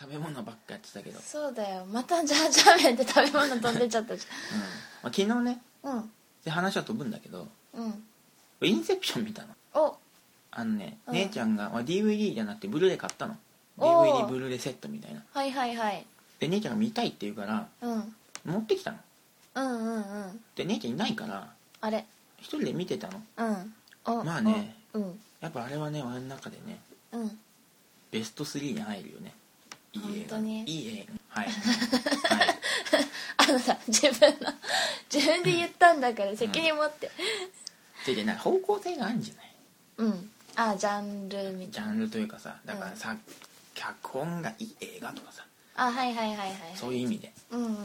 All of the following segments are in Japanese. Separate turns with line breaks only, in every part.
食べ物ばっかやってたけど、うん
そうだよまたジャージャー麺って食べ物飛んでっちゃったじ
まあ、昨日ね
ゃん
で話は飛ぶんだけど
うんうん
インセプション見たの
お
あのね、
うん
姉ちゃんがまあ DVD じゃなくてブルーレイ買ったの
おー
DVD ブルーレイセットみたいな
はいはいはい、
で姉ちゃんが見たいって言うから
うん、うん
持ってきたの
うんうん
で姉ちゃんいないから
あれ
一人で見てたの
うんお
まあね
おうん
やっぱあれはね俺の中でね
うん
ベスト3に入るよねいい映画
本当に
いい映画はい、はい、
あのさ自分の 自分で言ったんだから責任持って
ででなんか方向性があるんじゃない
うん、あジャンルみ
ジ
たい
ャンルというかさだからさ、脚本がいい映画とかさ
なあはいはいはいはい
そういう意味で
うんうんうん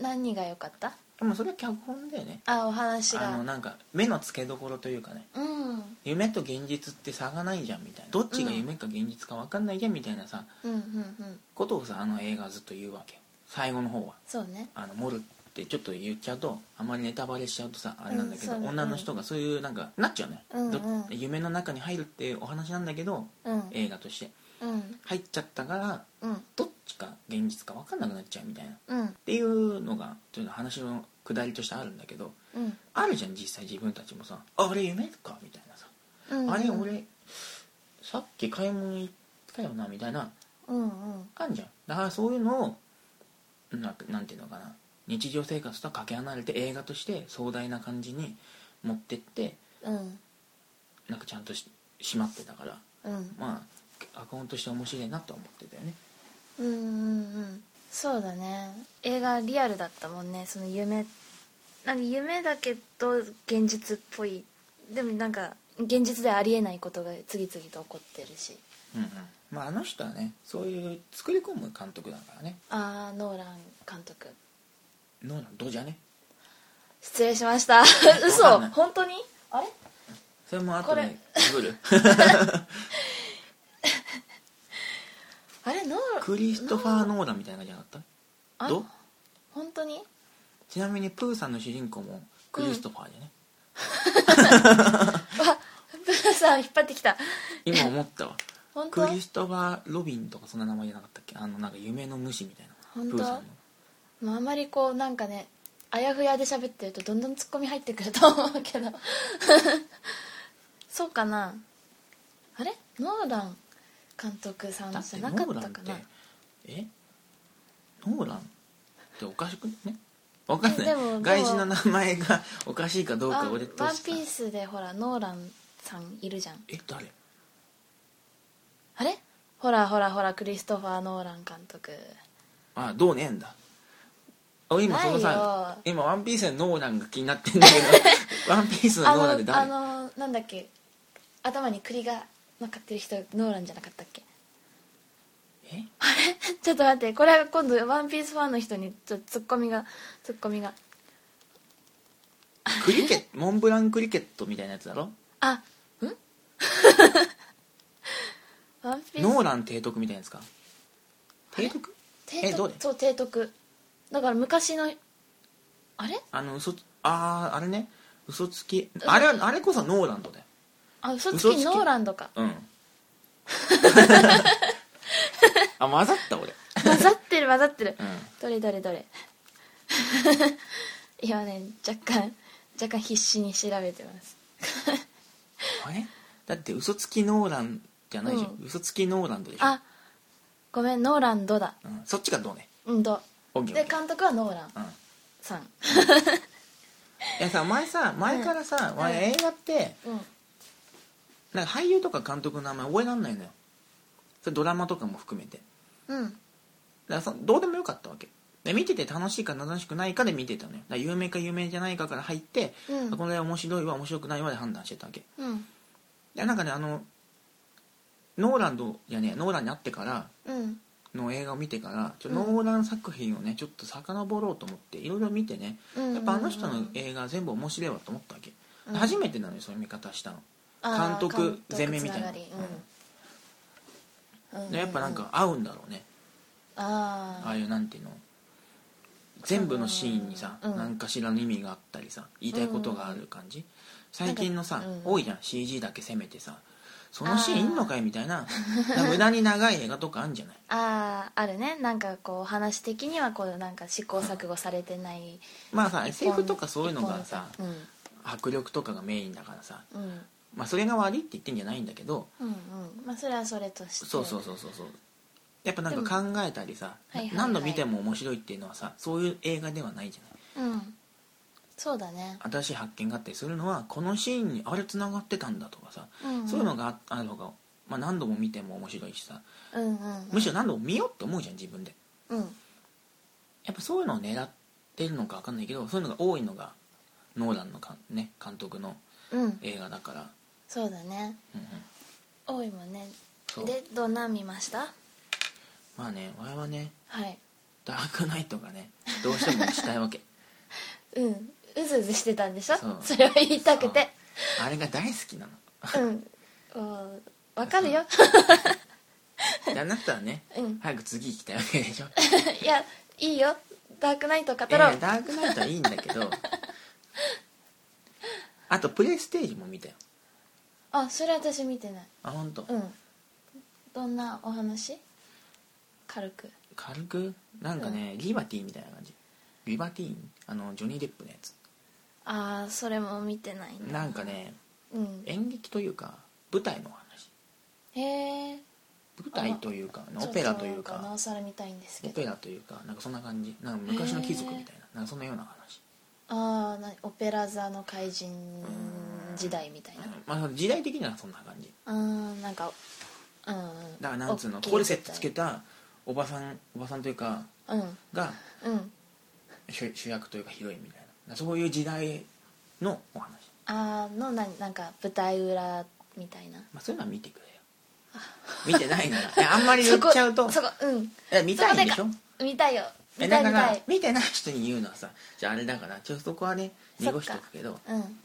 何が良かった
でもそれは脚本だよね
あお話
あの
が
なんか目の付けどころというかね
うんうん
夢と現実って差がないじゃんみたいなどっちが夢か現実か分かんないじゃんみたいなさ
うんうん
ことをさあの映画はずっと言うわけよ最後の方は
そうね
あのモルってちょっと言っちゃうとあまりネタバレしちゃうとさあれなんだけど、
うんそうだね
女の人がそういうなんかなっちゃうね、
うんうん
ど夢の中に入るってお話なんだけど
うん
映画として
うん
入っちゃったから
うん
どっちか現実か分かんなくなっちゃうみたいなっ
うん
ていうのがちょっと話の下りとしてあるんだけど
うん
あるじゃん実際自分たちもさああれ夢かみたいなさ、
うん
あれ俺さっき買い物行ったよなみたいな
うんうん
あんじゃんだからそういうのをなんかなんていうのかな日常生活とはかけ離れて映画として壮大な感じに持ってって
うん
なんかちゃんとししまってたから
うん
まあ脚本として面白いなとは思ってたよね
うんうんうんそうだね映画リアルだったもんねその夢なんか夢だけど現実っぽいでもなんか現実でありえないことが次々と起こってるし
うんうんまああの人はねそういう作り込む監督だからね
ああノーラン監督
ノーランドジャね
失礼しました
わか
嘘
んない
本当にあれ
それもあとねブル
あれノー
クリストファー・ノーランみたいな感じじゃなかっ
あ
たどう
本当に
ちなみにプーさんの主人公もクリストファーでね、
わブーさん引っ張ってきた
今思ったわ
本
ク
当
リストファー・ロビンとかそんな名前じゃなかったっけあのなんか夢の虫みたいな
本当
プーさんの
まああまりこうなんかねあやふやで喋ってるとどんどんツッコミ入ってくると思うけど そうかなあれノーラン監督さん
だっ
じ
てノ
ゃなか
ー
っ
ラン
た
っ
か
て
な
えノーランっておかしくねわかんな
えでもでも
い外人の名前が おかしいかどう
あ
か
ワン
俺とし
ピ
た
ースでほらノーランさんいるじゃん
え誰
あれほらほらほらクリストファー・ノーラン監督
あどうねえんだあ今そのさ
な
今ワンピースのノーランが気になってんだけ どワンピースの
あ
ノーランって
のあ
誰
のなんだっけ頭に栗が乗っかってる人ノーランじゃなかったっけ
え
ちょっと待ってこれは今度ワンピースファンの人にちょっとツッコミがツッコミが
クリケットモンブランクリケットみたいなやつだろ
あん ワンピース
ノーラン提督みたいなやつか提督
提督
えどれ
そう提督だから昔のあれ
あの嘘つあああれね嘘つきあれはあれこそノーランドだよ
あ嘘つ
嘘つ
き
き
ノーラン ドか
うんあ混ざった俺
混ざってる混ざってる
うん
どれどれどれ 今ね若干若干必死に調べてます
あれだって嘘つきノーランじゃないじゃん、
う
嘘つきノーランドでしょ、
あごめんノーランドだ
うん、そっちがどうね
うんど
オッケーオ
で
ッケー
監督はノーラン
うん
さん
いやさ前さ前からさ、
うん
前映画って
うん
なんか俳優とか監督の名前覚えらんないのよそれドラマとかも含めて
うん
だからそどうでもよかったわけで見てて楽しいか楽しくないかで見てたのよだから有名か有名じゃないかから入って、
うん
これ面白いは面白くないはで判断してたわけ
うん
でなんかねあのノーランドやねノーランに会ってから
うん
の映画を見てからちょ
うん
ノーラン作品をねちょっと遡ろうと思っていろいろ見てね
うん
やっぱあの人の映画全部面白いわと思ったわけ、
うん
初めてなのよそういう見方したの
あ
監
ー
督全面みたいな
監督つがりうんうん
でやっぱなんか合うんだろうね
あ
あ
あ
あいうなんていうの全部のシーンにさ
うん
何かしらの意味があったりさ言いたいことがある感じ最近のさ
うん
多いじゃん CG だけ攻めてさそのシーンいんのかいみたいななんか無駄に長い映画とかあるんじゃない
あああるねなんかこう話的にはこうなんか試行錯誤され てない
まあさ
一本
SF とかそういうのがさ
一本の
迫力とかがメインだからさ、
うんうん
まあ、それが悪いって言ってんじゃないんだけど
うんうんまあそれはそれとして
そうそうそうそうそうやっぱなんか考えたりさ、
でもはいはいはい
何度見ても面白いっていうのはさそういう映画ではないじゃない
うんそうだね、
新しい発見があったりするのはこのシーンにあれ繋がってたんだとかさ、
うんん
そういうのがああるのが、まあ、何度も見ても面白いしさ
うんうん
むしろ何度も見ようって思うじゃん自分で
うん
やっぱそういうのを狙ってるのか分かんないけどそういうのが多いのがノーランのかん、ね、監督の
うん
映画だから、
そうだね
うんうん、
多いもんね
そう
でどんなん見ました
まあね俺はね
はい
ダークナイトがねどうしてもしたいわけ
うんうずうずしてたんでしょ
そう
それを言いたくて
あれが大好きなの
うんおわかるよ
であなたはね
うん
早く次行きたいわけでしょ
いやいいよダークナイト語
いやい
ろ
や
う
ダークナイトはいいんだけどあとプレイステージも見たよ
あそれ私見てない
あ本当、
うんどんなお話軽く
軽くなんかね、リバティみたいな感じリバティーンあのジョニー・デップのやつ
ああそれも見てないな
なんかね
うん
演劇というか舞台の話
へえ
舞台というかオペラという
な
か
おさら見たいんですけ
オ
ど
ペラというかなんかそんな感じなんか昔の貴族みたいななんかそんなような話
ああなオペラ座の怪人時代みたいな
まあ、時代的にはそんな感じ
あーなんかうんうん
だからなんつうの
大きい
コルセットつけたおばさんおばさんというか
うんうん
が主主役というかヒロインみたいなそういう時代のお話、
あーのななんか舞台裏みたいな
まあ、そういうのは見てくれよ見てないならいやあんまり言っちゃうと
そこそこうん
え見たいんでし
そ
ょ
こ見たいよ
え
見
だ
たい
か
見た
ら
い
見てない人に言うのはさじゃああれだからちょっとそこはね濁しとくけど、
うん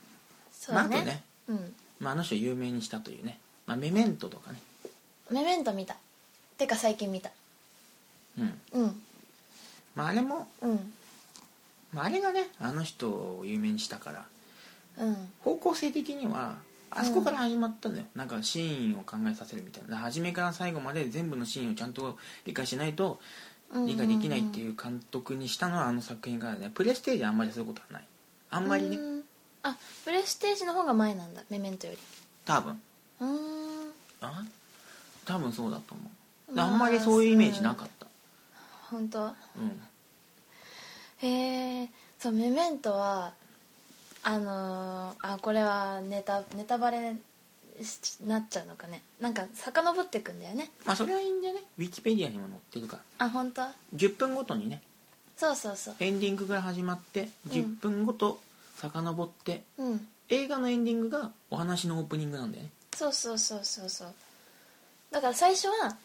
そう
まあ、
だ
あと
ね,、
ね、
うん
まあ、あの人を有名にしたというね、まあ、メメントとかね
メメント見たてか最近見た
うん
うん
まああれも、
うん
まあ、あれがねあの人を有名にしたから
うん
方向性的にはあそこから始まったんだよ、なんかシーンを考えさせるみたいなだから初めから最後まで全部のシーンをちゃんと理解しないと理解できないって
う
いう監督にしたのはあの作品からねプレステージはあんまりそういうことはないあ
あ
んまりね
あプレステージの方が前なんだメメントより
多分
うーん
あ多分そうだと思うで
まあ
あんまりそういうイメージなかった
本当
うん
へえそうメメントはあのーあこれはネタネタバレしなっちゃうのかねなんか遡ってくんだよね
まあそれはいいんだよねウィキペディアにも載ってるから
あ本当
10分ごとにね
そうそうそう
エンディングから始まって
ん
10分ごと遡って、
うん
映画のエンディングがお話のオープニングなんだよね
そうそうそうそうそうだから最初は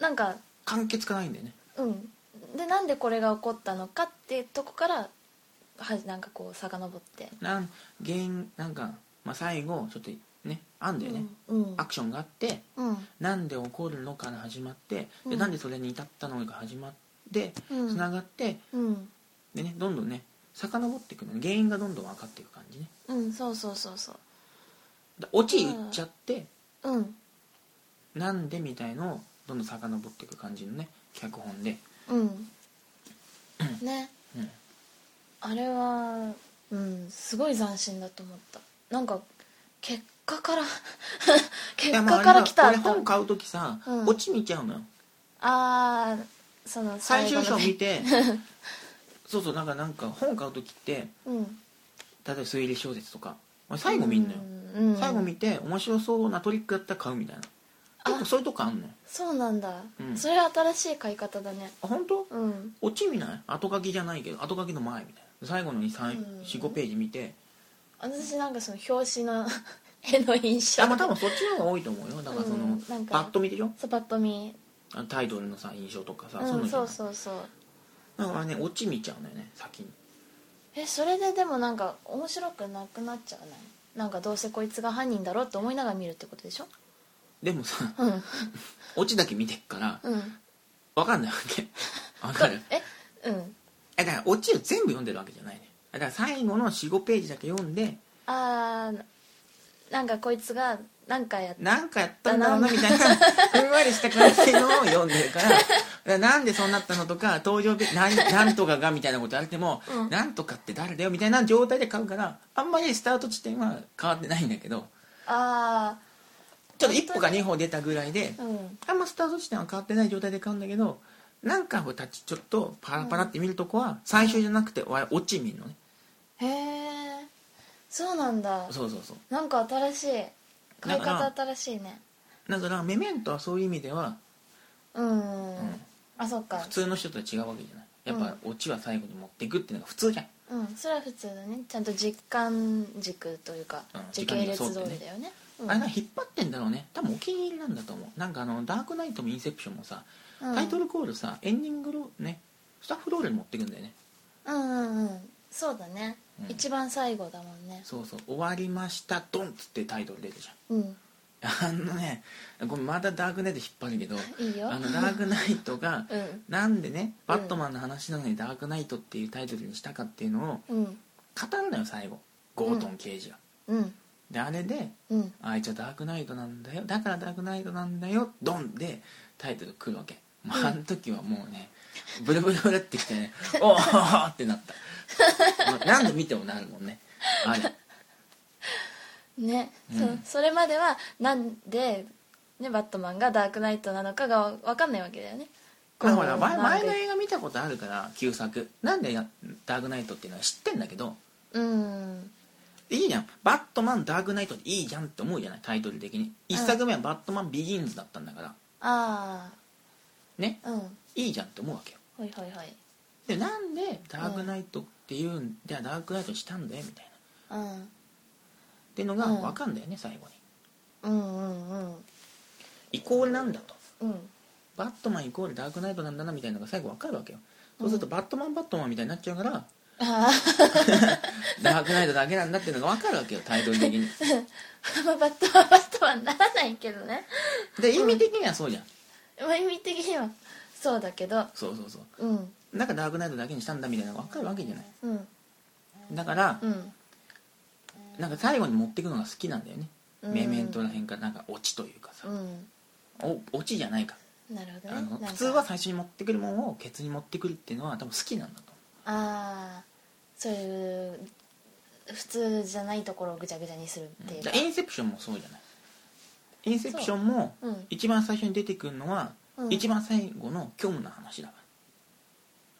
なんか
完結がないんだよね
うんでなんでこれが起こったのかってとこからはなんかこう遡って
なん原因なんか、まあ、最後ちょっとねあんだよね、
うんうん
アクションがあって
うん
なんで起こるのから始まって、
う
で
ん
なんでそれに至ったのかが始まって
うん
つながって
うん
でねどんどんね遡っていくのね原因がどんどん分かっていく感じね
うんそうそうそうそう
だ落ち言っちゃって、
うん
なんでみたいのをどんどん遡っていく感じのね脚本で、
うんね
うん、
あれはうんすごい斬新だと思ったなんか結果から結
いやまあ
果から来た
あれは俺本買う時さ、
うん
落ち見ちゃうのよ
ああその
最終章
のね
見て そうそうなんかなんか本買う時って
うん
例えば推理小説とか俺最後見んのよ、
うんうん
最後見て面白そうなトリックやったら買うみたいな結構そういうとこあんのよ
そうなんだ、
うん
それは新しい買い方だね
あ本当
うん
落ち見ない後書きじゃないけど後書きの前みたいな最後の
うん
45ページ見て
私なんかその表紙の 絵の印象
あまあ多分そっちの方が多いと思うよだからその、
うんなんか
パッと見てよ
そうパッと見
あのタイトルのさ印象とかさ、
う
そ
ん
の
そうそうそう
うだからね落ち見ちゃうのよね先に
えそれででもなんか面白くなくなっちゃうねなんかどうせこいつが犯人だろうって思いながら見るってことでしょ
でもさ
うん
落ちだけ見てっから
うん
分かんないわ けわかる
えうん
えだから落ちを全部読んでるわけじゃないねだから最後の45ページだけ読んで
あーなんかこいつがなんかやっ
なんかやったんだろうなみたいなふんわりした感じのを読んでる からだからなんでそうなったのとか登場日なんなんとかがみたいなこと言われても、
うん
なんとかって誰だよみたいな状態で買うからあんまりスタート地点は変わってないんだけど
あ
ちょっと一歩か二歩出たぐらいで
あうん
あんまスタート地点は変わってない状態で買うんだけどなんかこう立ちちょっとパラパラって見るとこは最初じゃなくてわ落ち見るのね
へえそうなんだ
そうそうそう
なんか新しい買い
だ
方
か
新しいね
だからメメントはそういう意味では
うん、
うん
あそっか
普通の人とは違うわけじゃないやっぱ落ちは最後に持っていくっていうのが普通じゃん
うんそれは普通だねちゃんと実感軸というか、
うん
時系列
時間に
通
沿ってね
りだよねうん
あれな引っ張ってんだろうね多分お気に入りなんだと思うなんかあの「ダークナイト」も「インセプション」もさ
うん
タイトルコールさエンディングローねスタッフロールに持ってくんだよね
うんうんうんそうだね、
うん
一番最後だもんね
そうそう「終わりましたドン」っつってタイトル出るじゃん
うん
あのねごめんまたダークナイト引っ張るけど
いいよ
あのダークナイトが
うん
なんでねバットマンの話なのに「ダークナイト」っていうタイトルにしたかっていうのを
うん
語るのよ最後ゴートン刑事が、
うん
であれで
うん
あいつはダークナイトなんだよだからダークナイトなんだよドンでタイトル来るわけもうあの時はもうねブルブルブルってきて ねおーってなったもう何度見てもなるもんねあれ
ね、
うん
そそれまではなんで、ね、バットマンがダークナイトなのかが分かんないわけだよね
まあほら前
なん
前
で
の映画見たことあるから旧作なんでやダークナイトっていうのは知ってんだけど
うん
いいじゃんバットマンダークナイトでいいじゃんって思うじゃないタイトル的に一作目はバットマンビギンズだったんだから
あ
ね
あうん
いいじゃんって思うわけよ
ほいほいほい
でなんでダークナイトっていうんじゃあダークナイトにしたんだよみたいな
う
っ
ん
ていうのが
うん
分かんだよね、最後に
うんうんうん
イコールなんだと
うん
バットマンイコールダークナイトなんだなみたいなのが最後分かるわけよそうすると
う
バットマンバットマンみたいになっちゃうから、
あ
ダークナイトだけなんだっていうのが分かるわけよタイトル的に
あ バットマンバットマンならないけどね
で意味的にはそうじゃん、
まあ意味的にはそうだけど
そうそうそう
うん
だからダークナイトだけにしたんだみたいなのが分かるわけじゃない
うん
だから、
うん
なんか最後に持っていくのが好きなんだよね、
うん
メメントらへんからなんかオチというかさ
う、ん
おオチじゃないか
なるほど
あ
ね
の
なんか
普通は最初に持ってくるもんをケツに持ってくるっていうのは多分好きなんだと
ああそういう普通じゃないところをぐちゃぐちゃにするっていう
だ
か
からインセプションもそうじゃないインセプションも
うん
一番最初に出てくるのは、
うん
一番最後の虚無な話だか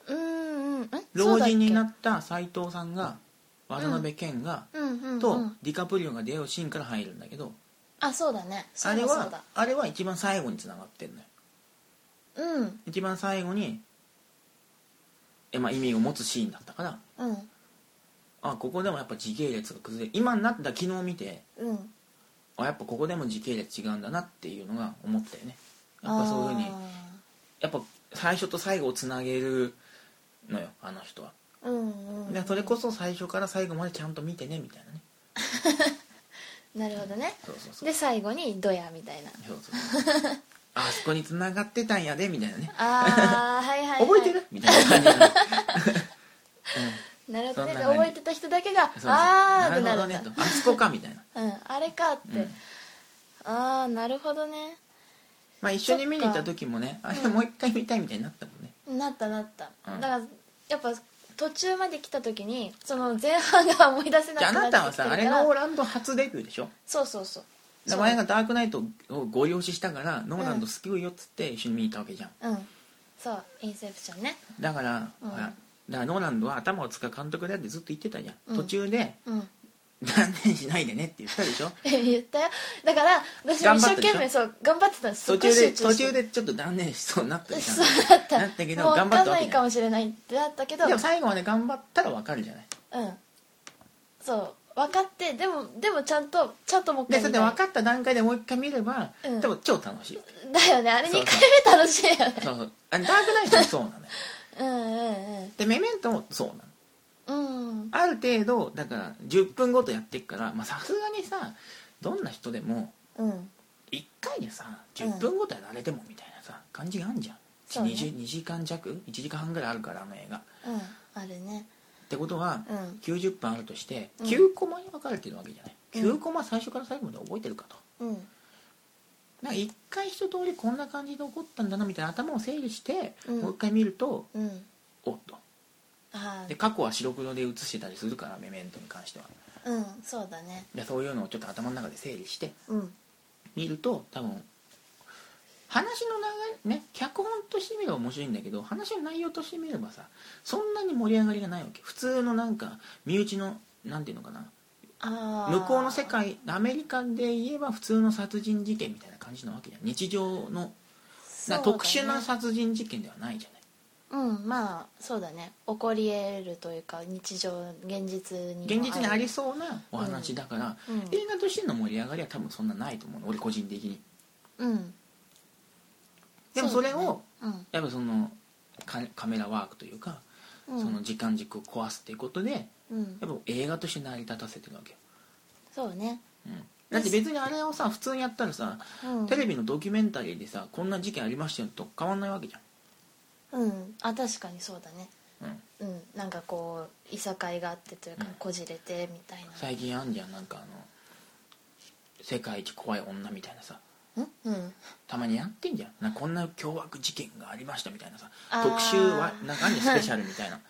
ら
うんうんうん
老人にな
っ
った斎藤さんが渡辺謙が、
うんうんうん
とディカプリオが出会うシーンから入るんだけど、
あそうだねそ
あ
う
れ
だそう
は
だ
あれは一番最後につながってるのよ
うん
一番最後にえ、まあ、意味を持つシーンだったから
うん
あここでもやっぱ時系列が崩れ今になった昨日見て
うん
あやっぱここでも時系列違うんだなっていうのが思ったよねやっぱそういうふうに
あ
やっぱ最初と最後をつなげるのよあの人は、
ーうんうん
でそれこそ最初から最後までちゃんと見てねみたいなね
なるほどね
そうそうそう
で最後にドヤみたいな
そうそうそうあそこに繋がってたんやでみたいなね
ああ はいはい、はい、
覚えてるみたいな感じなの
なるほ
そ
どね
ん
で
な感じ
覚えてた人だけが
そうそう
ああって
なるほ
なる
ど
ん
ね
だ
とあそこかみたいな、
うんあれかっ
う
て、
ん
ああなるほどね
まあ、一緒に見に行った時もねあれもう一回見たいみたいになったもんね
なったなった、
うん
だからやっぱ途中まで来た時にその前半が思い出せな
じゃああ
くな
な
ってき
た
てるから
はさあれノーランド初デビューでしょ
そうそうそう
名前がダークナイトをご用意したからノーランド好きよっつって一緒に見に行ったわけじゃん
うんそうインセプションね
だから、
うん
ほらだからノーランドは頭を使う監督だってずっと言ってたじゃん、
うん
途中で
うん
「断念しないでね」って言ったでしょ
言ったよだから私も
頑
一
張った
生
でしょ
懸命そう頑張ってたんです
途中で途中
で
でちょっと断念しそうになったじゃん
そうだった
なったけど
もう
頑張
分
っ
かん
たわ
な
け
い
じゃ
か
ん
もしれないってなったけど
でも最後まで頑張ったらわかるじゃない
うんそう分かってでもでもちゃんとちゃんともう一
で
回
それ
見
で
たい
分かった段階でもう一回見れば、
うん
でも超楽しい
だよねあれ2
そう
回
そう
目楽しいよね
そうそうあダークナイトもそうなのよ
うんうんうん
でメメントもそうなの
うん
ある程度だから10分ごとやっていくからまあさすがにさどんな人でも
うん
1回でさ
うん
10分ごとやられてもみたいなさ感じがあんじゃん
そうね
2, 時間弱1時間半ぐらいあるからあの映画っ
うんあるね
てことは
うん
90分あるとして
うん
9コマに分かれてるわけじゃない9コマ最初から最後まで覚えてるかと
うん
なんか一回一通りこんな感じで起こったんだなみたいな頭を整理して、
うん
もう一回見ると
うん
おっと
あ
で過去は白黒で写してたりするからメメントに関しては
あうんそうだね
でそういうのをちょっと頭の中で整理して
うん
見ると多分話の流れね脚本として見れば面白いんだけど話の内容として見ればさそんなに盛り上がりがないわけ普通のなんか身内のなんていうのかな
ああ
向こうの世界アメリカで言えば普通の殺人事件みたいな感じなわけじゃん日常の、
そ
な
うだね
特殊な殺人事件ではないじゃない
うんまあそうだね起こり得るというか日常現実に
現実にあり
そ
そうなお話だから、
うん
映画としての盛り上がりは多分そんなないと思うの俺個人的に
うん
でもそれを
う,、ね、
やっぱそのカカメラワークというか、
うん
その時間軸を壊すっていうことでやっ
うん
ぱ映画として成り立たせてるわけよ、
そうね、
うん、だって別にあれをさ普通にやったらさ、
うん、
テレビのドキュメンタリーでさこんな事件ありましたよと変わんないわけじゃ
うんあ確かにそうだね
ん、うん、
うんなんかこういさかいがあってというか
うん
こじれてみたいな
最近あんじゃんなんかあの世界一怖い女みたいなさ
うんうん
たまにやってんじゃんなんかこんな凶悪事件がありましたみたいなさ
あー
特集はなんかあんじゃんスペシャルみたいな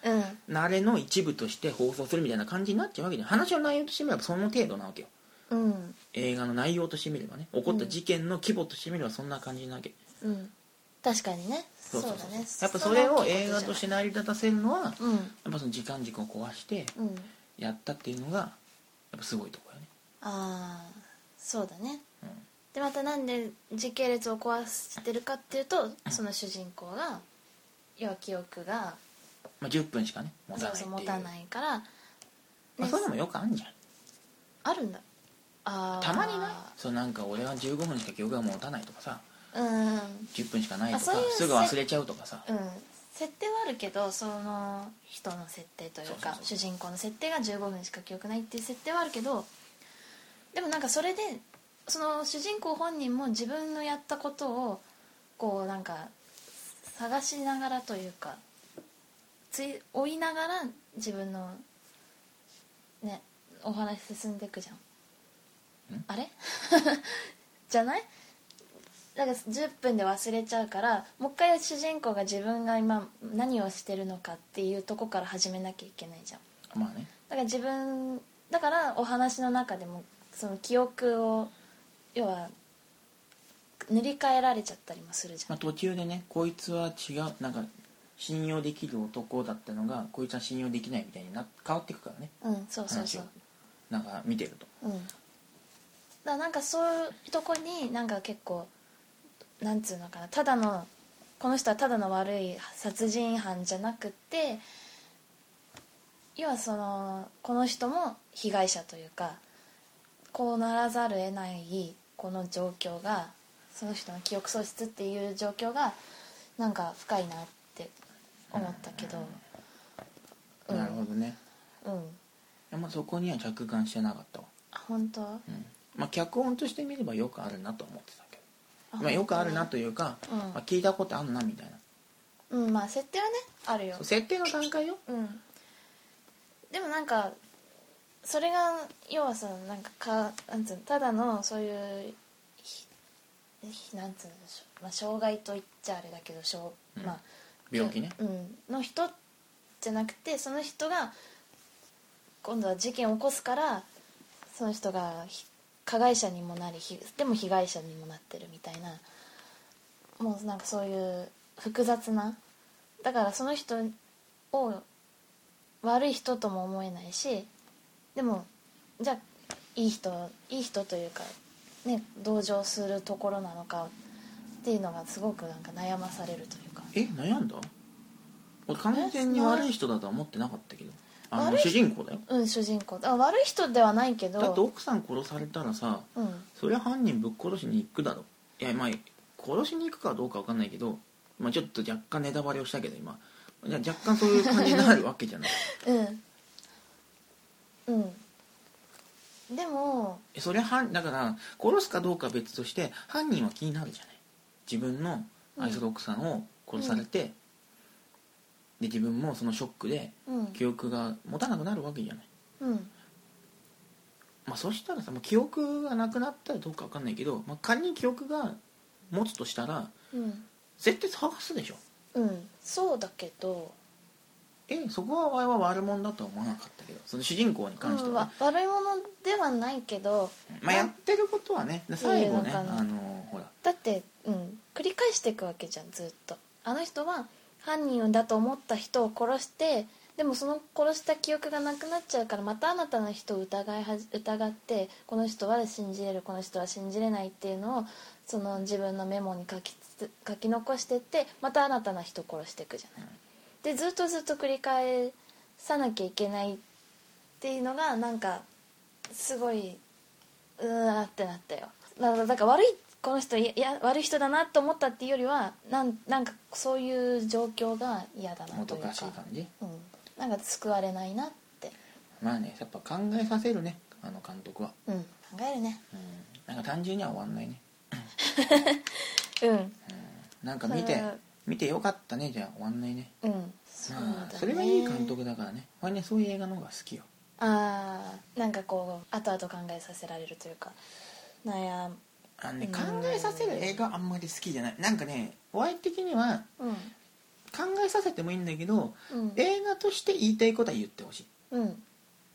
うん
あれの一部として放送するみたいな感じになっちゃうわけじゃん話の内容としてみればその程度なわけよ
うん
映画の内容としてみればね起こった事件の規模としてみればそんな感じなわけ、
うん確かにねそう
そう
だね
やっぱそれを映画としてて成り立たせるのはや
うん
っぱその時間軸を壊して
うん
やったっていうのがやっぱすごいとこよね
ああそうだね
うん
でまたなんで時系列を壊してるかっていうとその主人公が要は記憶が
まあ、10分しかね持た
そ
ないうってい
そう
う
持たないから、
まあ、
ね
そういうのもよくあんじゃん
あるんだあー
たまにないそうなんか俺は15分しか記憶が持たないとかさ
うん
10分しかないとか
あそういう
すぐ忘れちゃうとかさ
うん設定はあるけどその人の設定という
そうそう
か
そう
主人公の設定が15分しか記憶ないっていう設定はあるけどでもなんかそれでその主人公本人も自分のやったことをこうなんか探しながらというかつい追いながら自分のねお話進んでいくじゃんあれ じゃないなんか10分で忘れちゃうからもう一回主人公が自分が今何をしてるのかっていうとこから始めなきゃいけないじゃん
まあね
だから自分だからお話の中でもその記憶を要は塗り替えられちゃったりもするじゃ
まあ、途中でねこいつは違うなんか信用できる男だったのがこいつは信用できないみたいにな変わっていくからね
んうんそうそう
話
そ
を
う
なんか見てると
うんだからなんかそういうとこになんか結構なんつうのかなただのこの人はただの悪い殺人犯じゃなくって要はそのこの人も被害者というかこうならざるを得ないこの状況がその人の記憶喪失っていう状況がなんか深いなって思ったけどうん
なるほどね、
うん
まあ、そこには着眼してなかったわ、
あ本当
うんまあ、脚本として見ればよくあるなとは思ってたけ
あ
ど、まあ、よくあるなというか、
うん
まあ、聞いたことあるなみたいな
うんまあ設定はねあるよ
そう設定の段階よ
うんでもなんかそれが要はさなんかかなんつうのただのそういうひひなんつうのしょ、まあ、障害と言っちゃあれだけどしょう、
うん
まあ、
病気ね
うん、の人じゃなくてその人が今度は事件を起こすからその人がひ加害者にもなりひでも被害者にもなってるみたいなもうなんかそういう複雑なだからその人を悪い人とも思えないしでもじゃあいい人いい人というかね同情するところなのかっていうのがすごくなんか悩まされるというか
え悩んだ俺完全に悪い人だとは思ってなかったけどあの
悪い
主人公だよ
うん主人公あ悪い人ではないけど
だって奥さん殺されたらさ
うん
そりゃ犯人ぶっ殺しに行くだろいやまあ殺しに行くかどうか分かんないけど、まあ、ちょっと若干ネタバレをしたけど今いや若干そういう感じになるわけじゃない
うんうんでも
えそりゃ犯だから殺すかどうかは別として犯人は気になるじゃない自分の愛する奥さんを殺されて、で自分もそのショックで
うん
記憶が持たなくなるわけじゃない
うん
まあ、そしたらさもう記憶がなくなったらどうかわかんないけど、まあ、仮に記憶が持つとしたら
うん、
絶対探すでしょ
うん、そうだけど
えそこは我々は悪者だとは思わなかったけどその主人公に関して
うん
は
わ
ね、
悪いものではないけど
まあ、やってることはねで最後
い
ね
やいやわ
あ
かん
のほら
だって、うん、繰り返していくわけじゃんずっとあの人は犯人だと思った人を殺してでもその殺した記憶がなくなっちゃうからまたあなたの人を疑いはじ疑ってこの人は信じれるこの人は信じれないっていうのをその自分のメモに書きつ書き残してってまた新たな人を殺していくじゃない。でずっとずっと繰り返さなきゃいけないっていうのがなんかすごいうーってなったよだからだから悪いこの人いや悪い人だなと思ったっていうよりはなんなんかそういう状況が嫌だな
も
と
ど
いう
か
か
しい感じ
うん、なんか救われないなって、
まあねやっぱ考えさせるねあの監督は、
うん、考えるね
うん、なんか単純には終わんないね、
うん
うん、なんか見て
それ
見てよかったねじゃ終わんないね
うんそうだね、
まあ、それはいい監督だからね俺ねそういう映画の方が好きよ
ああなんかこう後々考えさせられるというか悩む
あのね
うん
考えさせる映画あんまり好きじゃないなんかねお相的には
うん
考えさせてもいいんだけど
うん
映画として言いたいことは言ってほしい
うん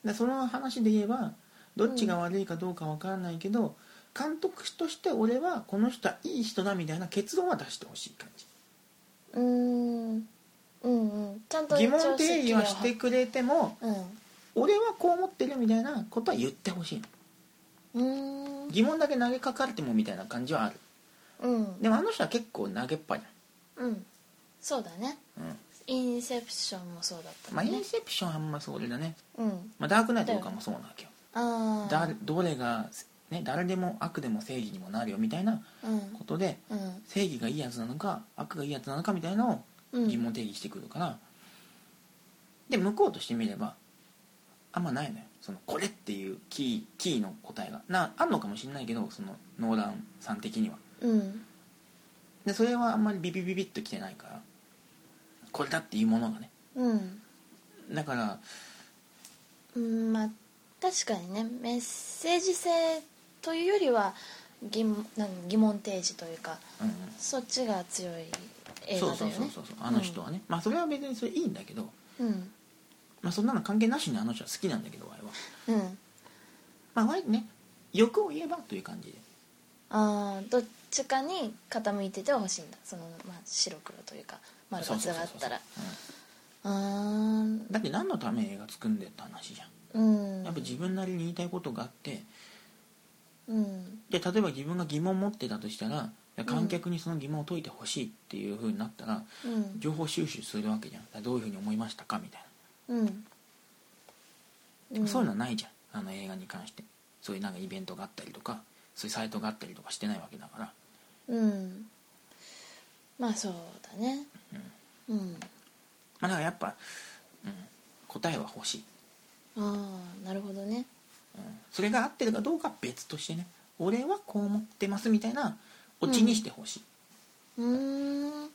でその話で言えばどっちが悪いかどうかわからないけど、監督として俺はこの人はいい人だみたいな結論は出してほしい感じ
うーんうんうんちゃんと
疑問定義はしてくれても
うん
俺はこう思ってるみたいなことは言ってほしいの
うーん
疑問だけ投げかかれてもみたいな感じはある
うん
でもあの人は結構投げっぱじ
うんそうだね
ゃん、うん
インセプションもそうだった
まあ、
もん
イ
ね
ンセプションはあんまそれだね、
うん
まあ、ダークナイトとかもそうなわけよ
ああ
だどれが、ね、誰でも悪でも正義にもなるよみたいな
うん
ことで
うん
正義がいいやつなのか悪がいいやつなのかみたいなのを
うん
疑問定義してくるから、で向こうとしてみればあんまないのよそのこれっていうキーキーの答えがなあんのかもしれないけどそのノーランさん的には
うん
でそれはあんまりビビビビッときてないからこれだっていうものがね
うん
だから
うんまあ確かにねメッセージ性というよりは疑問なん疑問提示というか
うんうん
そっちが強い映
そ
画
うそ
だ
う
よ
そう
ね
そうそうあの人はね、まあそれは別にそれいいんだけど、
うん
まあ、そんなの関係なしにあの人は好きなんだけど我々は
うん
まあ割にね欲を言えばという感じで
あーどっちかに傾いててほしいんだその、まあ、白黒というか丸
そう
ツ
そう
が
そ
あ
う
っ
そう
たら
う
あー
んだって何のために映画作んでった話じゃん
うん
やっぱ自分なりに言いたいことがあって
うん
で例えば自分が疑問を持ってたとしたらいや観客にその疑問を解いてほしいっていう風になったら
うん
情報収集するわけじゃんだからどういう風に思いましたかみたい
うん
な、そういうのはないじゃんあの映画に関してそういうなんかイベントがあったりとかそういうサイトがあったりとかしてないわけだから
うんまあそうだねうん
まあ、だからやっぱ、うん、答えは欲しい、
ああなるほどね
うん、それが合ってるかどうかは別としてね俺はこう思ってますみたいなオチにしてほしい、
うーん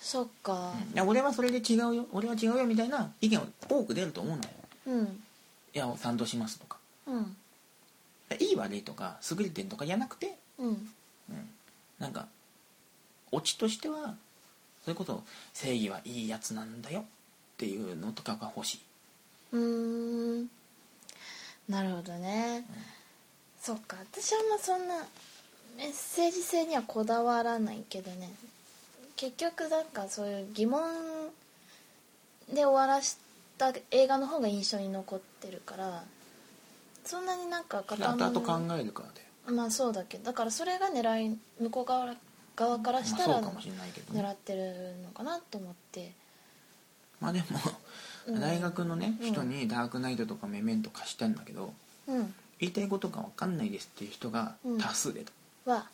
そっか
うんいや俺はそれで違うよ俺は違うよみたいな意見は多く出ると思うんだよ
うん
いや賛同しますとか
うん
いい悪いとか優れてるとかじゃなくて、
うん
うん、なんかオチとしてはそれこそ正義はいいやつなんだよっていうのとかが欲しい、
うーんなるほどね、そっか私はまあそんなメッセージ性にはこだわらないけどね結局なんかそういう疑問で終わらした映画の方が印象に残ってるからそんなになんか
あ
固
と
ま
あと考
な
えるからだよ、
いまあそうだけどだからそれが狙い向こう側側からし
まあ、
た
そ
ら
うかもしれないけど、
狙
ね、
ってるのかなと思って、
まあでも、
うん
大学のね
うん
人に「ダークナイト」とか「メメント」貸したんだけど
うん
言いたいことが分かんないですっていう人が
うん
多数でと、
は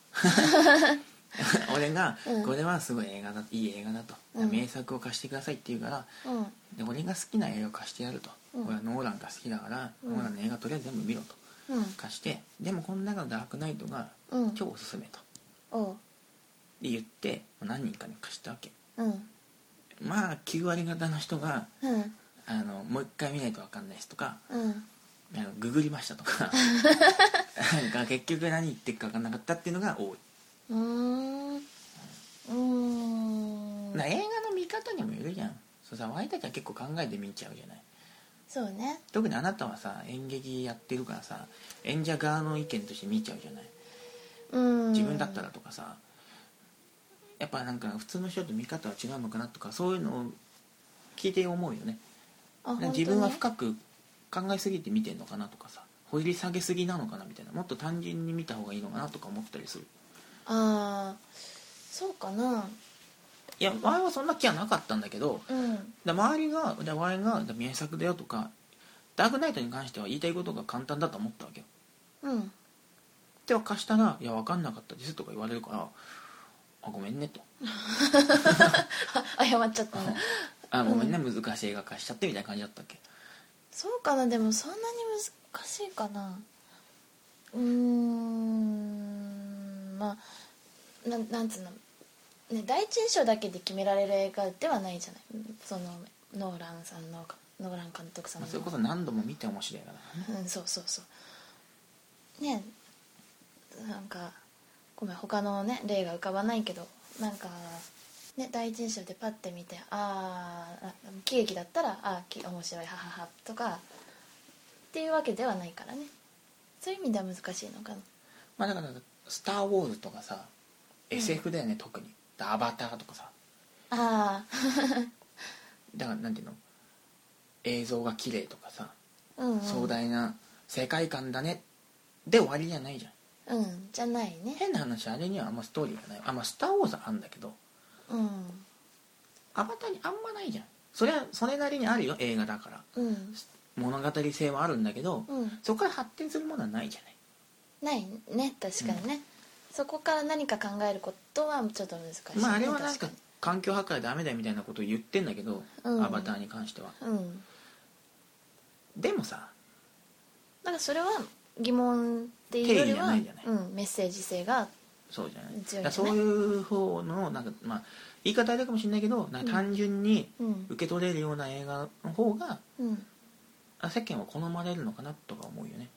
俺が、
うん
これはすごい映画だいい映画だと、
うん
名作を貸してくださいって言うから
うん
で俺が好きな映画を貸してやると、
うん
俺はノーランが好きだから、
うん
ノーランの映画とりあえず全部見ろと
うん
貸してでもこの中の「ダークナイト」が
うん
今日おすすめと
おう
で言って何人かに貸したわけ
うん
まあ9割方の人が
うん
あの「もう一回見ないと分かんないです」とか
うん
「なんかググりましたとか なんか結局何言ってるか分かんなかったっていうのが多い、
うーんうーん
な映画の見方にもよるじゃんそうさワイたちは結構考えて見ちゃうじゃない
そうね
特にあなたはさ演劇やってるからさ演者側の意見として見ちゃうじゃない
うん
自分だったらとかさやっぱなんか普通の人と見方は違うのかなとかそういうのを聞いて思うよね
あ
自分は
本
深く考えすぎて見てんのかなとかさ掘り下げすぎなのかなみたいなもっと単純に見た方がいいのかなとか思ったりする
当にああそうかない
や前はそんな気はなかったんだけど
うん
だ周りが「だワイがだ名作だよ」とか「ダークナイト」に関しては言いたいことが簡単だと思ったわけよ
うん
では貸したら「いや分かんなかったです」とか言われるから「あごめんね」と
あ謝っちゃったな
「 あごめんね難しい映画貸しちゃって」みたいな感じだったっけ
そうかなでもそんなに難しいかなうーんまあなんなんつうの、ね、第一印象だけで決められる映画ではないじゃないそのノーランさんのノーラン監督さん
まあ
の
それこそ何度も見て面白い映画だからね
うんそうそうそうねなんかごめん他のね例が浮かばないけどなんかね第一印象でパッて見てあーあ喜劇だったらあーき面白いはははとかっていうわけではないからねそういう意味では難しいのかな
まあだから「スター・ウォーズ」とかさ SF だよね、特に「アバター」とかさ
あ
だからなんていうの映像が綺麗とかさ
あうん、うん、
壮大な世界観だねで終わりじゃないじゃん
うんじゃないね
変な話あれにはあんまストーリーがないあまあスター・ウォーズ」はあんだけど
うん
アバターにあんまないじゃんそれはそれなりにあるよ映画だから
うん
物語性はあるんだけど、
うん
そこから発展するものはないじゃない
ないね確かにね、そこから何か考えることはちょっと難しいね、
まああれはなん
確
か
に
環境破壊ダメだみたいなことを言ってんだけど、
うん
アバターに関しては
うん
でもさ
だからそれは疑問っていうより
定義
は
じゃないじゃ
うん、メッセージ性が
そうじゃない、
強い
だ
よね
からそういう方のなんか、まあ、言い方あれかもしれないけどなんか単純に
うん、
受け取れるような映画の方が
うん、
あ世間は好まれるのかなとか思うよね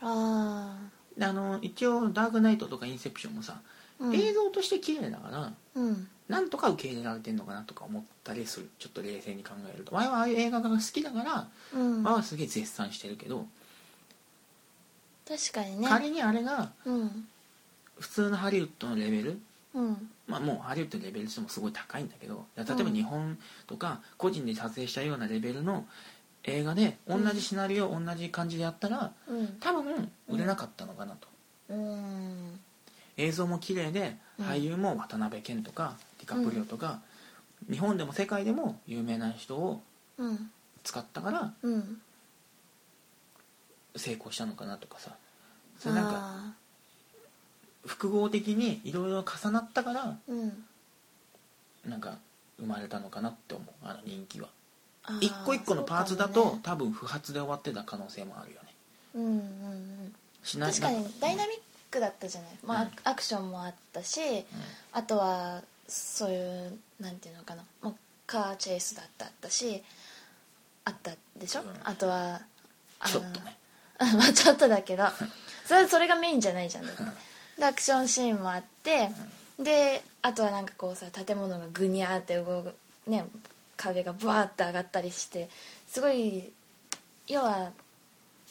あ
であの一応「ダークナイト」とか「インセプション」もさ、
あ、うん、
映像として綺麗だから
うん
なんとか受け入れられてんのかなとか思ったりするちょっと冷静に考えると前はああいう映画が好きだから、
うん、
まあすげえ絶賛してるけど、
確かにね
仮にあれが
うん
普通のハリウッドのレベル
うん
まあ、もうハリウッドのレベルとしてもすごい高いんだけど例えば
うん
日本とか個人で撮影したようなレベルの映画で同
うん
じシナリオ、同じ感じでやったら
うん
多分売れなかったのかなと、
うん
映像も綺麗で
うん
俳優も渡辺謙とかディカプリオとか、日本でも世界でも有名な人を
うん
使ったから
うん
成功したのかなとかさそれなんか
あ
複合的にいろいろ重なったから
ーうん
なんか生まれたのかなって思うあの人気は。
あー
一個一個のパーツだ
そうか
と、
もね
多分不発で終わってた可能性もあるよね
うんうん
し
うん、確か
なん
にダイナミックだったじゃない、まあ
うん
アクションもあったし、あとはそういうなんていうのかな、まあ、カーチェイスだったあったしあったでしょ、
うん
あとはあの
ちょっとね
まあちょっとだけどそれそれがメインじゃないじゃんだってでアクションシーンもあってであとはなんかこうさ建物がぐにゃーって動くね壁がブワーって上がったりしてすごい要は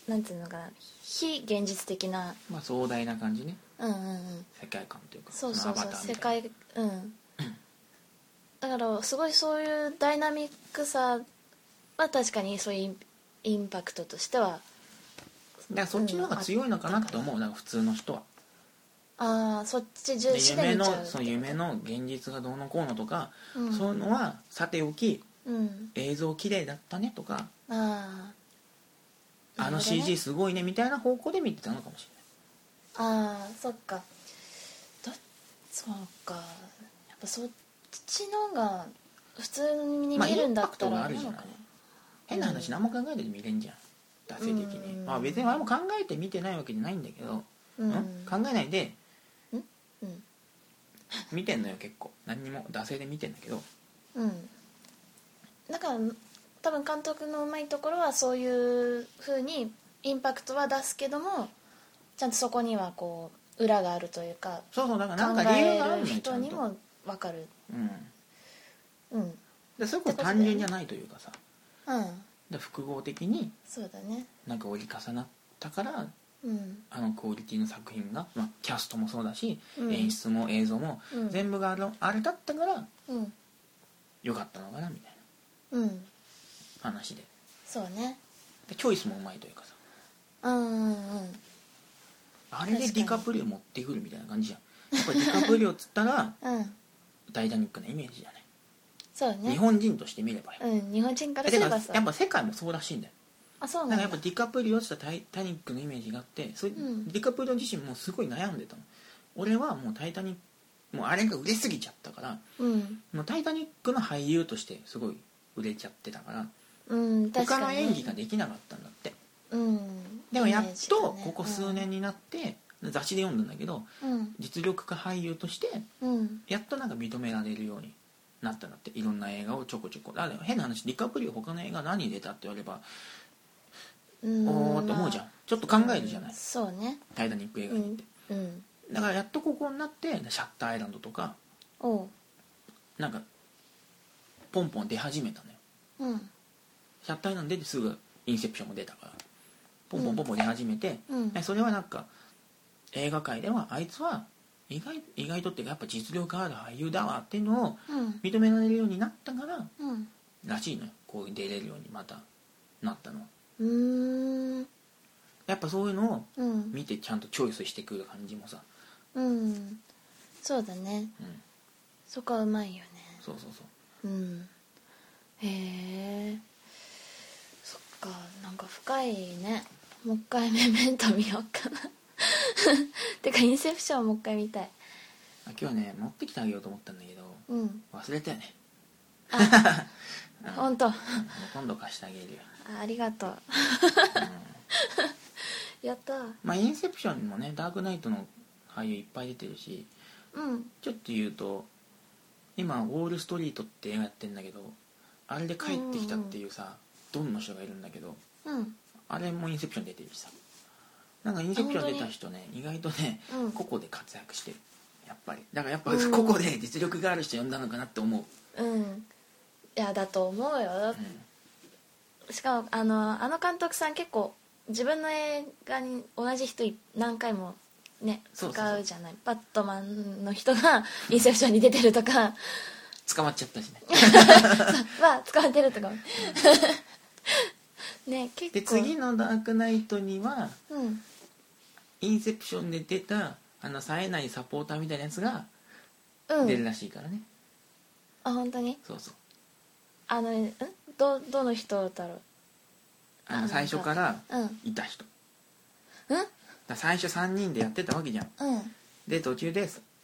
なんていうのかな非現実的な
まあ壮大な感じね
うんうんうん
世界観というか
そうそう
のア
そ
バ
う
ターみ
世
たい
界うんだからすごいそういうダイナミックさは確かにそういうインインパクトとしては
なだからそっちの方が強いのかなって思うなんか普通の人は
ああそっち重
で
視で
夢
見ちゃう
のその夢の現実がどうのこうのとか、
うん
そういうのはさておき
うん
映像綺麗だったねとか
ああ
あの CG すごいねみたいな方向で見てたのかもし
ああそっかどそうかやっぱそっちのが普通に見るんだった
ま
ら
あ
あ
インパクトがある
れなの
じゃな
か
い
な
れない変な話何も考えて見れんじゃん惰性的に、
うん
まあ別にあれも考えて見てないわけじゃないんだけど、
うん
ん考えないで
うん
見てんのよ結構何にも惰性で見てんだけど
うんだから多分監督のうまいところはそういうふうにインパクトは出すけどもちゃんとそこにはこう裏があるというか
そうそうだからなん
考
か理由がある
える
のよち
人
ゃん
に
と、
も分かる
うん、
うんうん
でそれこそ単純じゃないというかさで複合的に
そうだね
なんか折り重なったから
うん
あのクオリティの作品が、まあ、キャストもそうだし、
うん
演出も映像も
うん
全部があれあれだったから
うん
良かったのかなみたい
うん
な話で
そうね
でチョイスもうまいというかさ
うんうんうん
あれで
確か
ディ
に
カプリオ持ってくるみたいな感じじゃんやっぱりディカプリオっつった ら
うん
ダイタニックなイメージじゃない、
そうね
日本人として見ればよ、
うん日本人から
えて
すれ
か
ばさ
やっぱ世界もそうらしいんだよ
あそう
だか
なん
ら
だ
やっぱディカプリオっつったらタイタニックのイメージがあってそれ、
うん
ディカプリオ自身もすごい悩んでたの俺はもう「タイタニック」もうあれが売れすぎちゃったから
うん
もう「タイタニック」の俳優としてすごい売れちゃってたから
うん確か
他
に
の
ね
演技ができなかったんだって
うん
でもやっ
イメージだ
と
ね
ここ数年になって雑誌で読んだんだけど
うん
実力家俳優として
うん
やっとなんか認められるようになったんだっていろんな映画をちょこちょこだから変な話ディカプリオ他の映画何出たって言われば
うん
おおって思うじゃんちょっと考えるじゃない
そうね
「タイタニック」映画
う
に
んうん
だからやっとここになってシャッターアイランドとか
おう
なんかポンポン出始めたのよ
うん
シャッターアイランド出てすぐインセプションも出たからポンポンポンポン出始めて、
うん
でそれはなんか映画界ではあいつは意外意外とっていうかやっぱ実力がある俳優だわっていうのを
うん
認められるようになったから
うん
らしいのよこう出れるようにまたなったのは
うーん
やっぱそういうのを
うん
見てちゃんとチョイスしてくる感じもさ、
うんそうだね
うん、
そこはうまいよね
そうそうそう
うんへえそっかなんか深いねもう一回メメント見ようかな てかインセプションもう一回見たい
あ今日ね持ってきてあげようと思ったんだけど
うん
忘れたよね
あ本当 あ
もう今度貸してあげるよ、
ありがと
う
う
ん
やった
まあインセプションもねダークナイトの俳優いっぱい出てるし
うん
ちょっと言うと今「ウォール・ストリート」って映画やってんだけどあれで帰ってきたっていうさ、ドンの人がいるんだけど
うん
あれもインセプション出てるしさなんかインセプション出た人ね意外とね、
うん
個々で活躍してるやっぱりだからやっぱ
うん
個々で実力がある人呼んだのかなって思う、
うんいやだと思うよ
う
しかもあのあの監督さん結構自分の映画に同じ人い何回もね使
そううそうそう
じゃないバットマンの人がインセプションに出てるとか
ん、捕まっちゃったしね
は使われてるとか ね結構
で次の「ダークナイト」には
うん
インセプションで出たあの冴えないサポーターみたいなやつが
う
出る
ん
らしいからね、
あ本当に
そうそう
あのんどどの人だろう
あの最初から
うん
いた人だか
うん
ら最初3人でやってたわけじゃん
うん
で途中で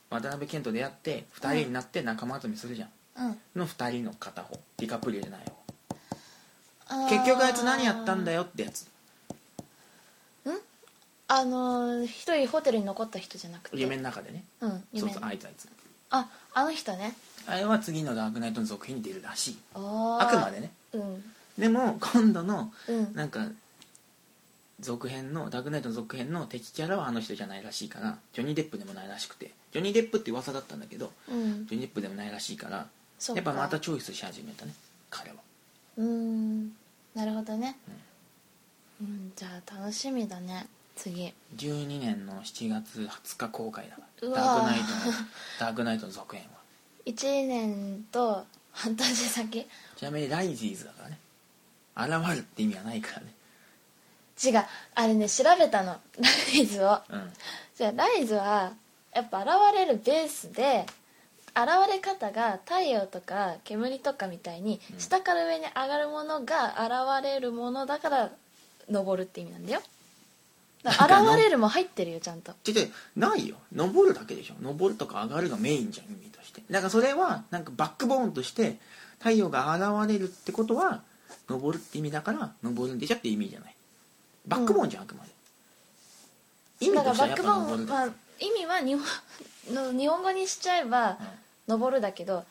渡辺謙と出会って2人になって仲間集めするじゃん
うん
の2人の片方ディカプリオじゃない方
あー
結局あいつ何やったんだよってやつ
あの一人ホテルに残った人じゃなくて
夢の中でね
うん夢
そうそうあいつあいつ
ああの人ね
あれは次の「ダークナイト」の続編に出るらしい
あ
あくまでね
うん
でも今度の
うん
なんか続編のダークナイトの続編の敵キャラはあの人じゃないらしいからジョニー・デップでもないらしくてジョニー・デップって噂だったんだけど
うん
ジョニー・デップでもないらしいから
そっ
や
か
っぱまたチョイスし始めたね彼は
うーんなるほどねうん、じゃあ楽しみだね次
12年の7月20日公開だか
う
ら
わ
ダーク
ー
ナイトのダークナイトの続編は
1年と半年先
ちなみにライジーズだからね現るって意味はないからね
違うあれね調べたのライズを
うん
じゃあライズはやっぱ現れるベースで現れ方が太陽とか煙とかみたいに
うん
下から上に上がるものが現れるものだから登るって意味なんだよだから現れるも入ってるよちゃんと
ちょちょないよ登るだけでしょ登るとか上がるがメインじゃん意味としてだからそれはなんかバックボーンとして太陽が現れるってことは登るって意味だから登るんでしょって意味じゃないバックボーンじゃん、あくまで意味
だか
と
ら
しては
バ
やっ
ック
ぱ登
ボーン、
るだ
まあ、 意味は日本の日本語にしちゃえば
うん
「登る」だけど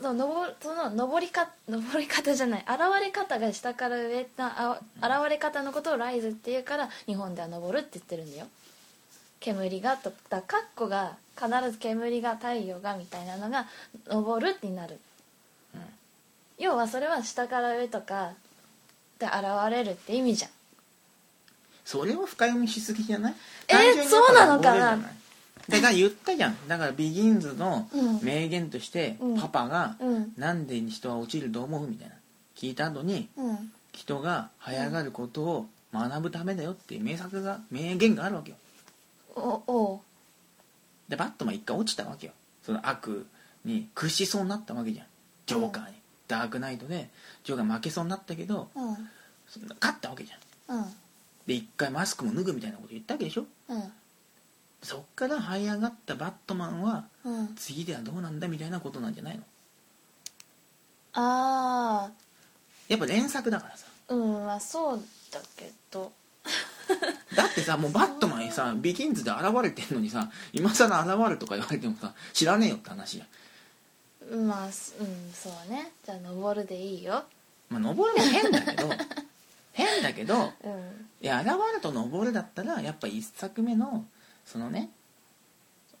ののぼその登りか登り方じゃない現れ方が下から上なあ現れ方のことをライズっていうから日本では登るって言ってるんだよ煙がとだから括弧が必ず煙が太陽がみたいなのが登るになる
うん
要はそれは下から上とかで現れるって意味じゃん
それを深読みしすぎじゃない
えー
単純にやっぱ
そうなのかな
ボールじゃいだから言ったじゃんだからビギンズの
うん
名言として、
うん
パパが
うん
「なんで人は落ちると思う?」みたいな聞いた後に
うん
人が早がることを学ぶためだよっていう名作が名言があるわけよ
おお
でバットマン一回落ちたわけよその悪に屈しそうになったわけじゃんジョーカーに、ダークナイトでジョーカー負けそうになったけど
うん
そんな勝ったわけじゃん
うん
で一回マスクも脱ぐみたいなこと言ったわけでしょ
うん
そっから這い上がったバットマンは
うん
次ではどうなんだみたいなことなんじゃないの
ああ
やっぱ連作だからさ
うんまあそうだけど
だってさもうバットマンにさビギンズで現れてんのにさ今更現るとか言われてもさ知らねえよって話じゃん
まあすうんそうねじゃあ登るでいいよ
まあ登るも変だけど変だけど
うん
いや現ると登るだったらやっぱ一作目のそのね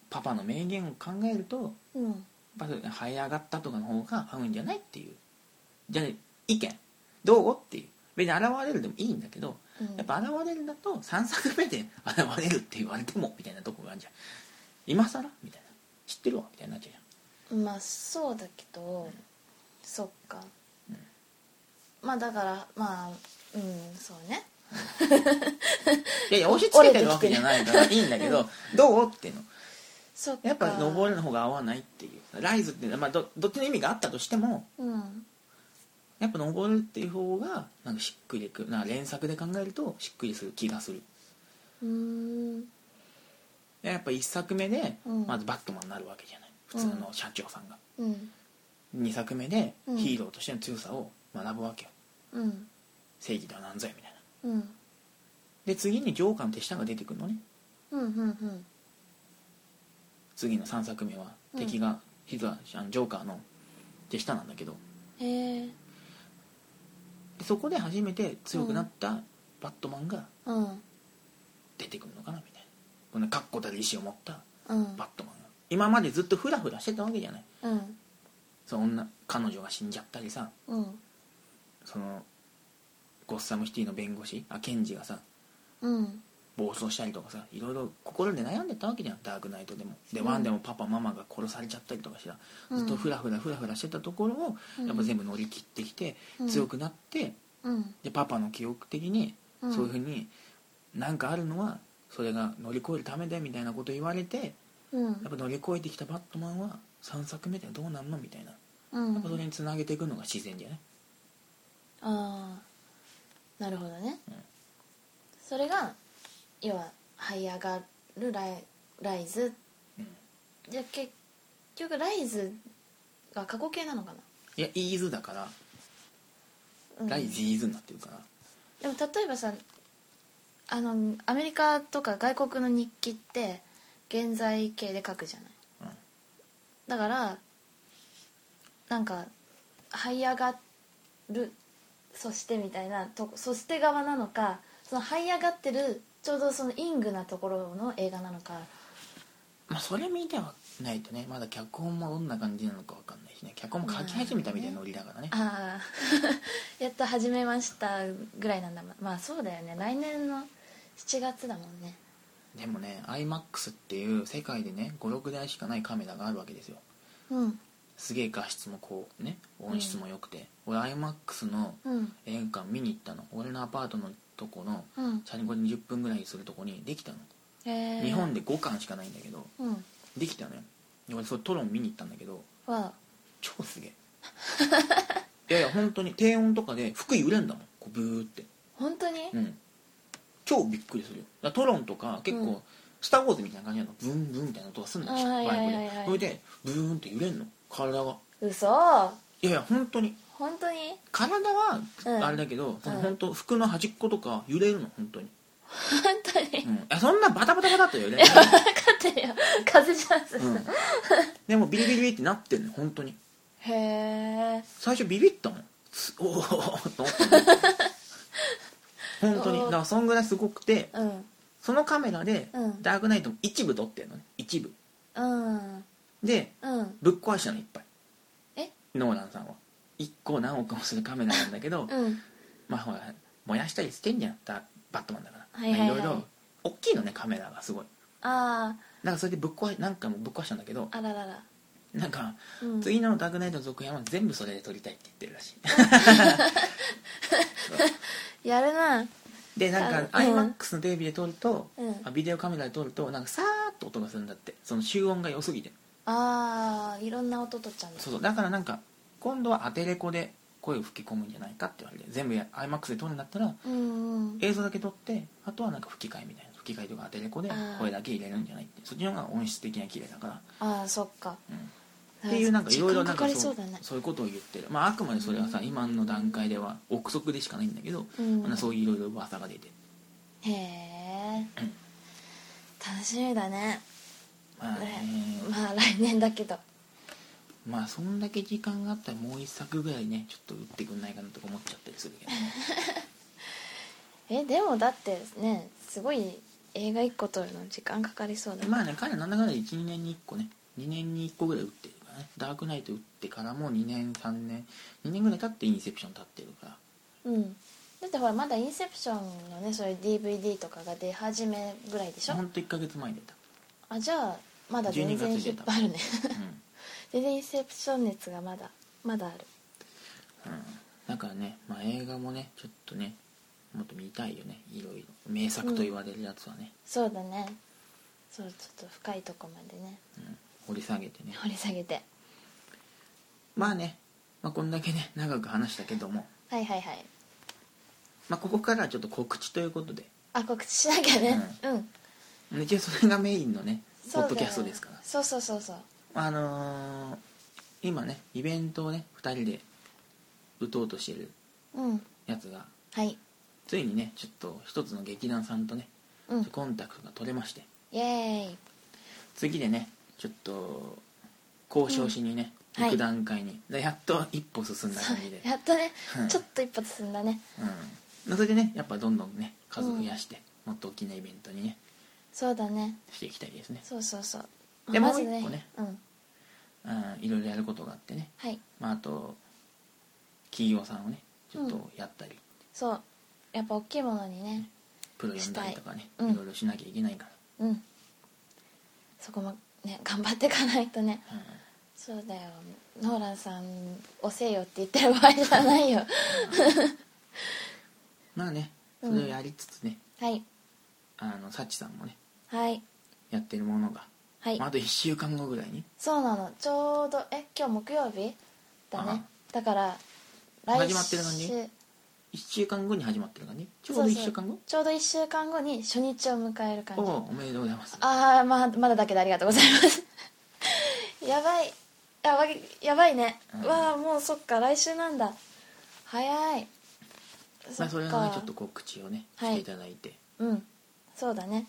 パパの名言を考えると
うん
やっぱ這い上がったとかの方が合うんじゃないっていうじゃあ意見どうっていう別に現れるでもいいんだけど
うん
やっぱ現れるだと3作目で現れるって言われてもみたいなとこがあるじゃん今更みたいな知ってるわみたいになっちゃうじゃん
まあそうだけど、そっか、
うん
まあだからまあうんそうね
いやいや押し付けてるわけじゃないからいいんだけど、どうっていうの
そっか
やっぱ登るの方が合わないっていうライズって、まあ、どどっちの意味があったとしても
うん
やっぱ登るっていう方がなんかしっくりくるなんか連作で考えるとしっくりする気がする
うーん
やっぱ1作目で
うん
まずバットマンになるわけじゃない普通の社長さんが、
うん
2作目で
うん
ヒーローとしての強さを学ぶわけよ
うん
正義とは何ぞやみたいな
うん
で次にジョーカーの手下が出てくるのね
うんうん
次の3作目は
うん
敵が実はあのジョーカーの手下なんだけど
うんへえ
でそこで初めて強くなったバットマンが
うん
出てくるのかなみたいなこんな確固たる意志を持った
うん
バットマンが今までずっとフラフラしてたわけじゃない
うん
その女彼女が死んじゃったりさ
うん
そのゴッサムシティの弁護士あケンジがさ
うん
暴走したりとかさいろいろ心で悩んでたわけじゃんダークナイトでもで、
うん
ワンでもパパママが殺されちゃったりとかして
うん
ずっとフラフラフラフラしてたところを、
うん
やっぱ全部乗り切ってきて、
うん
強くなって
うん
でパパの記憶的に
うん
そういうふうになんかあるのはそれが乗り越えるためだよみたいなこと言われて
うん
やっぱ乗り越えてきたバットマンは3作目ではどうなんのみたいな
うん
やっぱそれにつなげていくのが自然じゃない
ああなるほどね、
うん
それが要は這い上がるライライズ、
うん
じゃあ結局ライズが過去形なのかな、
いやイーズだから
うん
ライズイーズになってるから
でも例えばさあのアメリカとか外国の日記って現在形で書くじゃない
うん
だからなんか這い上がるそしてみたいなとそして側なのかその這い上がってるちょうどそのイングなところの映画なのか
まあそれ見てはないとねまだ脚本もどんな感じなのかわかんないしね脚本も書き始めたみたいなノリだからね
ああ やっと始めましたぐらいなんだままあそうだよね来年の7月だもんね
でもね iMAX っていう世界でね56台しかないカメラがあるわけですよ
うん
すげえ画質もこうね音質も良くて、俺 iMAX の
うん
映画館見に行ったの俺のアパートのとこの
うん
チャリンコで20分ぐらいするとこにできたの、
へえ
日本で5巻しかないんだけど
うん
できたのよで俺それトロン見に行ったんだけど
は
超すげ えいやいや本当に低音とかで服揺れんだもんこうブーって
本当に、
うん超びっくりするよだからトロンとか結構、
うん
スター・ウォーズみたいな感じなのブンブンみたいな音がするの
あーはいはいはいはい
それでブーンって揺れんの体が
嘘
いやいや本当に
本当に
体は
うん
あれだけど、その
うん
本当服の端っことか揺れるの本当に、
本当に
うん、いやそんなバタバタバタっと揺 れない、う
分かってるよ風邪じゃんそれ、
ん、でもビリビリビリってなってんの本当に
へえ
最初ビビったもんすおおと思った もん本当にだからそんぐらいすごくて
うん
そのカメラで
うん
ダークナイトも一部撮ってんのね一部
うん
で
うん
ぶっ壊したのいっぱい
え
ノーランさんは1個何億もするカメラなんだけど、
うん
まあほら燃やしたりしてんじゃんだバットマンだから、
はいはいはい
まあろいろ大きいのねカメラがすごい
あ
なんかそれでぶっ壊何回もぶっ壊したんだけど
ああららら、
なんか
うん、
次の「ダークナイト」の続編は全部それで撮りたいって言ってるらしい
やるな
でなんか
あうん
iMAX のテレビで撮ると、
うん
あビデオカメラで撮るとなんかさーっと音がするんだってその集音が良すぎて
ああいろんな音とっちゃうんだ
そうそうだからなんか今度はアテレコで声を吹き込むんじゃないかって言われて全部や iMAX で撮るんだったら
うんうん
映像だけ撮ってあとはなんか吹き替えみたいな吹き替えとかアテレコで
あー
声だけ入れるんじゃないってそっちの方が音質的には綺麗だから、
ああそっか
うん、っていうなんかいろいろなんか
時間かかり
そ
そううだね
そういうことを言ってる、まあ、あくまでそれはさ
うん
今の段階では憶測でしかないんだけど、
うん
まあそういういろいろ噂が出て、
へえ楽しみだね
まあね
ねまあ来年だけど
まあそんだけ時間があったらもう一作ぐらいねちょっと打ってくんないかなとか思っちゃったりするけどね
えでもだってねすごい映画1個撮るの時間かかりそうだね、
まあね彼らなんだかんだ12年に1個ね2年に1個ぐらい打ってるからねダークナイト打ってからもう2年3年2年ぐらい経ってインセプション経ってるから
うんだってほらまだ「インセプション」のねそれ DVD とかが出始めぐらいでしょ
ほんと1ヶ月前に出た、
あじゃあまだ全然
12月
引っ張るね
うん
全然インセプション熱がまだまだある
うん、だからね、まあ、映画もねちょっとねもっと見たいよねいろいろ名作と言われるやつはね、
そうだねそうちょっと深いとこまでね
うん掘り下げてね
掘り下げて
まあね、まあ、こんだけね長く話したけども、
はいはいはい
まあ、ここからはちょっと告知ということで
あ告知しなきゃねうん、
一応それがメインのねポ
そうだよ
ッドキャストですから
そうそうそうそう
あのー今ねイベントをね2人で打とうとしてる
うん
やつが
はい
ついにねちょっと一つの劇団さんとね
うん
コンタクトが取れまして
イエーイ
次でねちょっと交渉しにね、
うんは
行
い
く段階に、でやっと一歩進んだ
そう
感じで
やっとね、
うん
ちょっと一歩進んだね
うん、それでねやっぱどんどんね数増やして、もっと大きなイベントにね
そうだね
していきたいですね、
そうそうそう
で
まあ
もう一
まず
個ね
うん
うん、いろいろやることがあってね、
はい
まあ、あと企業さんをねちょっとやったり、
そうやっぱ大きいものにね
プロ呼んだりとかね
したいうん
いろいろしなきゃいけないか
うんそこもね頑張っていかないとね
ら、うん
そうだよノーランさん押せよって言ってる場合じゃない よ
まあね
うん
それをやりつつね、
はい
あのサチさんもね
はい
やってるものが、
はい、
まあ、あと1週間後ぐらいに
そうなのちょうどえ今日木曜日だねだから
始まってるのに1週間後に始まってる感じちょうど1週間後
ちょうど1週間後に初日を迎える感じ
おおおめでとうございます
ああまあまだだけどありがとうございます やばいやばいやばいね、
うん
わあもうそっか来週なんだ早い
まあ、それのねちょっと
と
告知をねし
はい
ていただいて、
うんそうだね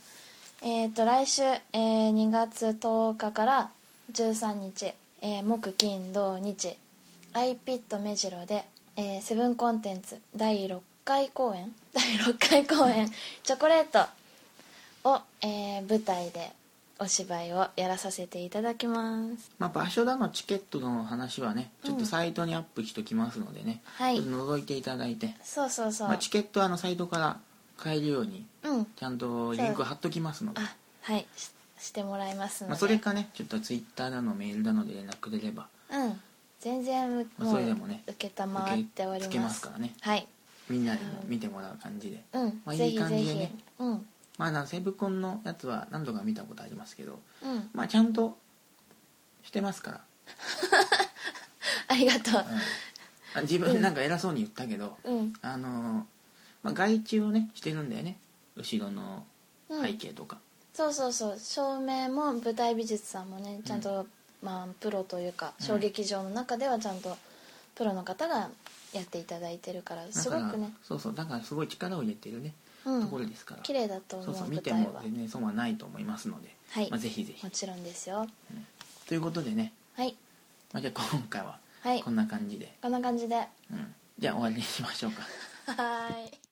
えっ、と来週、えー2月10日から13日、えー木金土日アイピット目白で、えーセブンコンテンツ第6回公演 第6回公演チョコレートを、えー舞台でお芝居をやらさせていただきます
まあ、場所だのチケットの話はねちょっ
うん
とサイトにアップしときますのでね、
はい
ちょっと覗いていただいて、
そうそうそう、
まあ、チケットはあのサイトから買えるように
うん
ちゃんとリンク貼っときますので
あはいししてもらいますので、
まあ、それかねちょっとツイッターだのメールだので連絡くれれば
うん全然もう
まあそれでもね
受けたまわってお
受け
ります
付けますからね
はい
みんなにも見てもらう感じで、
うん、
まあ
ぜ
いい
ひぜ
感じで
ひ
ね
うん
まあ、なんか西武コンのやつは何度か見たことありますけど、
うん
まあ、ちゃんとしてますか
ありがとう
ら、うん あ自分なんか偉そうに言ったけど、
うん
あのーまあ、外注をねしてるんだよね後ろの
うん
背景とか、
そうそうそう照明も舞台美術さんもねちゃんと、まあプロというか
うん
小劇場の中ではちゃんとプロの方がやっていただいてるから
だ
す
か
ご
ら
くね
そうそうだからすごい力を入れてるね、
うん
ところですから
綺麗だと思
そううそう見
舞
て
台
も
は
全然損はないと思いますので、
はい
まあ、ぜひぜひ
もちろんですよ
ということでね、
はい
まあ、じゃあ今回は
はい
こんな感じで、
こんな感じでは
うん、じゃあ終わりにしましょうか
ーい